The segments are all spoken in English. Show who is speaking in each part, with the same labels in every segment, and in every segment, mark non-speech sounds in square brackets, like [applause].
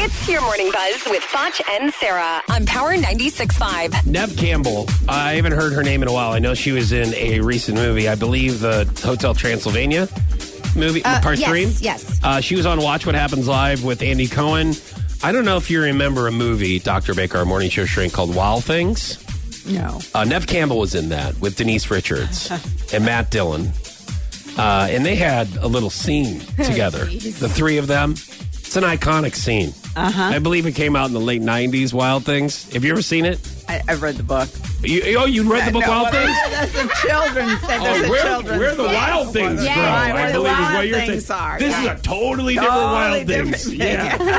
Speaker 1: It's your morning buzz with Foch and Sarah on Power 96.5.
Speaker 2: Nev Campbell. I haven't heard her name in a while. I know she was in a recent movie. I believe the Hotel Transylvania movie,
Speaker 3: Uh,
Speaker 2: part
Speaker 3: yes,
Speaker 2: three.
Speaker 3: yes.
Speaker 2: Uh, she was on Watch What Happens Live with Andy Cohen. I don't know if you remember a movie, Dr. Baker, our morning show shrink, called Wild Things.
Speaker 3: No.
Speaker 2: Uh, Nev Campbell was in that with Denise
Speaker 3: [laughs]
Speaker 2: Richards and Matt Dillon. Uh, and they had a little
Speaker 3: [laughs]
Speaker 2: scene together, the three of them. It's an iconic scene. Uh-huh. I believe it came out in the late 90s, Wild Things. Have you ever seen it?
Speaker 3: I, I've read the book.
Speaker 2: You, oh, you read the book
Speaker 3: No, [laughs]
Speaker 2: Wild
Speaker 3: but
Speaker 2: Things?
Speaker 3: That's a children's thing. That's
Speaker 2: Oh,
Speaker 3: a
Speaker 2: we're,
Speaker 3: children's
Speaker 2: we're the
Speaker 3: book.
Speaker 2: Wild Things,
Speaker 3: Yeah,
Speaker 2: bro.
Speaker 3: right, we're
Speaker 2: I
Speaker 3: the
Speaker 2: believe is
Speaker 3: Wild
Speaker 2: what you're
Speaker 3: Things
Speaker 2: saying.
Speaker 3: are,
Speaker 2: This
Speaker 3: yeah.
Speaker 2: is a totally different Wild
Speaker 3: Totally [laughs]
Speaker 2: Things.
Speaker 3: different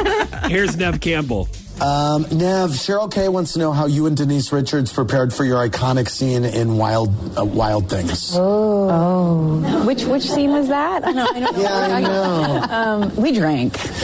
Speaker 2: Yeah. Here's Nev Campbell.
Speaker 4: Um, Nev, Cheryl Kay wants to know how you and Denise Richards prepared for your iconic scene in Wild uh, Wild Things.
Speaker 5: Oh. Which which scene was that? I don't, I don't
Speaker 4: Yeah,
Speaker 5: [laughs]
Speaker 4: I know.
Speaker 5: Um, we
Speaker 1: [laughs]
Speaker 5: drank.
Speaker 4: Is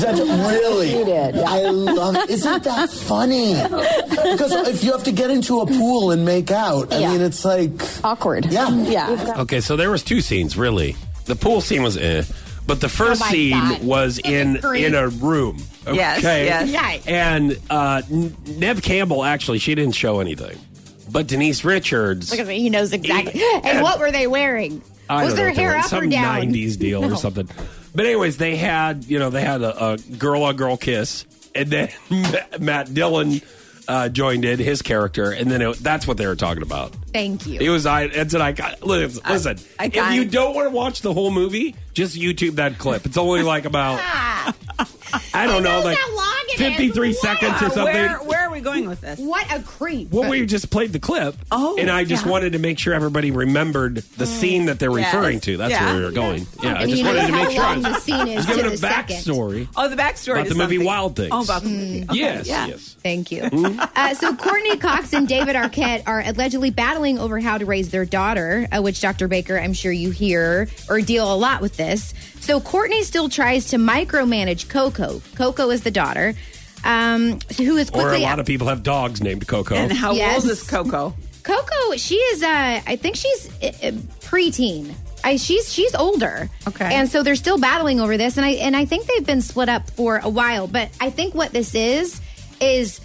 Speaker 4: that really?
Speaker 5: We did, yeah.
Speaker 4: I love it. Isn't that
Speaker 5: [laughs]
Speaker 4: funny? Because if you have to get into a pool and make out, I
Speaker 5: Yeah.
Speaker 4: mean, it's like.
Speaker 5: Awkward.
Speaker 4: Yeah.
Speaker 5: Yeah.
Speaker 2: Okay, so there was two scenes, really. The pool scene was eh. But the first
Speaker 5: Oh my
Speaker 2: scene
Speaker 5: God.
Speaker 2: was in
Speaker 5: Agree.
Speaker 2: in a room.
Speaker 3: Yes,
Speaker 2: okay?
Speaker 3: yes.
Speaker 5: Yikes.
Speaker 2: And uh, N- Nev Campbell, actually, she didn't show anything. But Denise Richards.
Speaker 6: Because he knows exactly. And what were they wearing?
Speaker 2: I
Speaker 6: was
Speaker 2: don't know
Speaker 6: their
Speaker 2: what they
Speaker 6: hair
Speaker 2: were,
Speaker 6: up
Speaker 2: some
Speaker 6: or down? [laughs]
Speaker 2: 90s deal or something. But anyways, they had you know they had a, a girl on girl kiss, and then [laughs] Matt Dillon uh, joined in his character, and then it, that's what they were talking about.
Speaker 6: Thank you.
Speaker 2: It was I. It's an icon. Listen, listen if
Speaker 3: iconic.
Speaker 2: you don't want to watch the whole movie, just YouTube that clip. It's only like about
Speaker 6: Ah,
Speaker 2: I don't know,
Speaker 6: knows
Speaker 2: like
Speaker 6: how long it is.
Speaker 2: fifty-three
Speaker 6: Wow.
Speaker 2: seconds or
Speaker 3: Uh,
Speaker 2: something.
Speaker 3: Where, where are we going with this?
Speaker 6: what a creep.
Speaker 2: Well, we just played the clip,
Speaker 3: Oh,
Speaker 2: and I just
Speaker 3: yeah.
Speaker 2: wanted to make sure everybody remembered the scene that they're
Speaker 3: Yes.
Speaker 2: referring to. That's where
Speaker 3: Yeah.
Speaker 2: we were going. Yeah, I
Speaker 6: And
Speaker 2: just
Speaker 6: you know
Speaker 2: wanted to
Speaker 6: how
Speaker 2: make sure. I was-
Speaker 6: long the scene
Speaker 2: I
Speaker 6: is
Speaker 2: was [laughs] giving
Speaker 6: to
Speaker 2: a
Speaker 6: the second.
Speaker 2: backstory.
Speaker 3: Oh, the backstory
Speaker 2: About
Speaker 3: to
Speaker 2: the movie
Speaker 3: something.
Speaker 2: Wild Things.
Speaker 3: Oh, about the movie. Okay,
Speaker 2: Yes,
Speaker 3: yeah.
Speaker 2: yes.
Speaker 6: Thank you.
Speaker 2: Hmm?
Speaker 6: Uh, so, Courtney Cox and David Arquette are allegedly battling over how to raise their daughter, uh, which Dr. Baker, I'm sure you hear or deal a lot with this. So, Courtney still tries to micromanage Coco. Coco is the daughter, um, who is
Speaker 2: Or a
Speaker 6: quickly
Speaker 2: lot of people have dogs named Coco.
Speaker 3: And how
Speaker 6: Yes.
Speaker 3: old is Coco?
Speaker 6: Coco, she is. Uh, I think she's uh, uh, preteen. I, she's she's older.
Speaker 3: Okay.
Speaker 6: And so they're still battling over this, and I and I think they've been split up for a while. But I think what this is is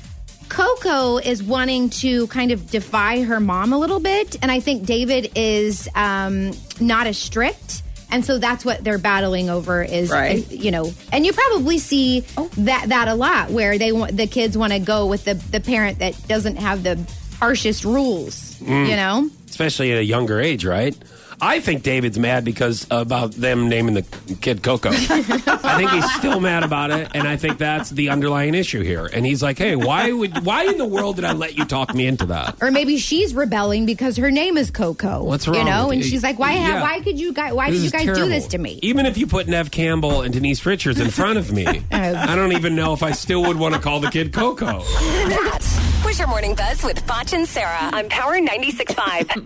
Speaker 6: Coco is wanting to kind of defy her mom a little bit, and I think David is um, not as strict. And so that's what they're battling over is,
Speaker 3: Right.
Speaker 6: is you know, and you probably see that that a lot where they want the kids want to go with the the parent that doesn't have the harshest rules,
Speaker 2: Mm.
Speaker 6: you know.
Speaker 2: Especially at a younger age, right? I think David's mad because about them naming the kid Coco. I think he's still mad about it, and I think that's the underlying issue here. And he's like, "Hey, why would why in the world did I let you talk me into that?"
Speaker 6: Or maybe she's rebelling because her name is Coco.
Speaker 2: What's
Speaker 6: You
Speaker 2: wrong
Speaker 6: know,
Speaker 2: with
Speaker 6: and
Speaker 2: you?
Speaker 6: she's like, "Why? ha-
Speaker 2: Yeah.
Speaker 6: Why could you guys? Why did
Speaker 2: This
Speaker 6: you
Speaker 2: is
Speaker 6: guys do
Speaker 2: terrible.
Speaker 6: this to me?"
Speaker 2: Even if you put Nev Campbell and Denise Richards in front of
Speaker 6: [laughs]
Speaker 2: me,
Speaker 6: Oh.
Speaker 2: I don't even know if I still would want to call the kid Coco.
Speaker 1: That was your morning buzz with Foch and Sarah on Power 96.5.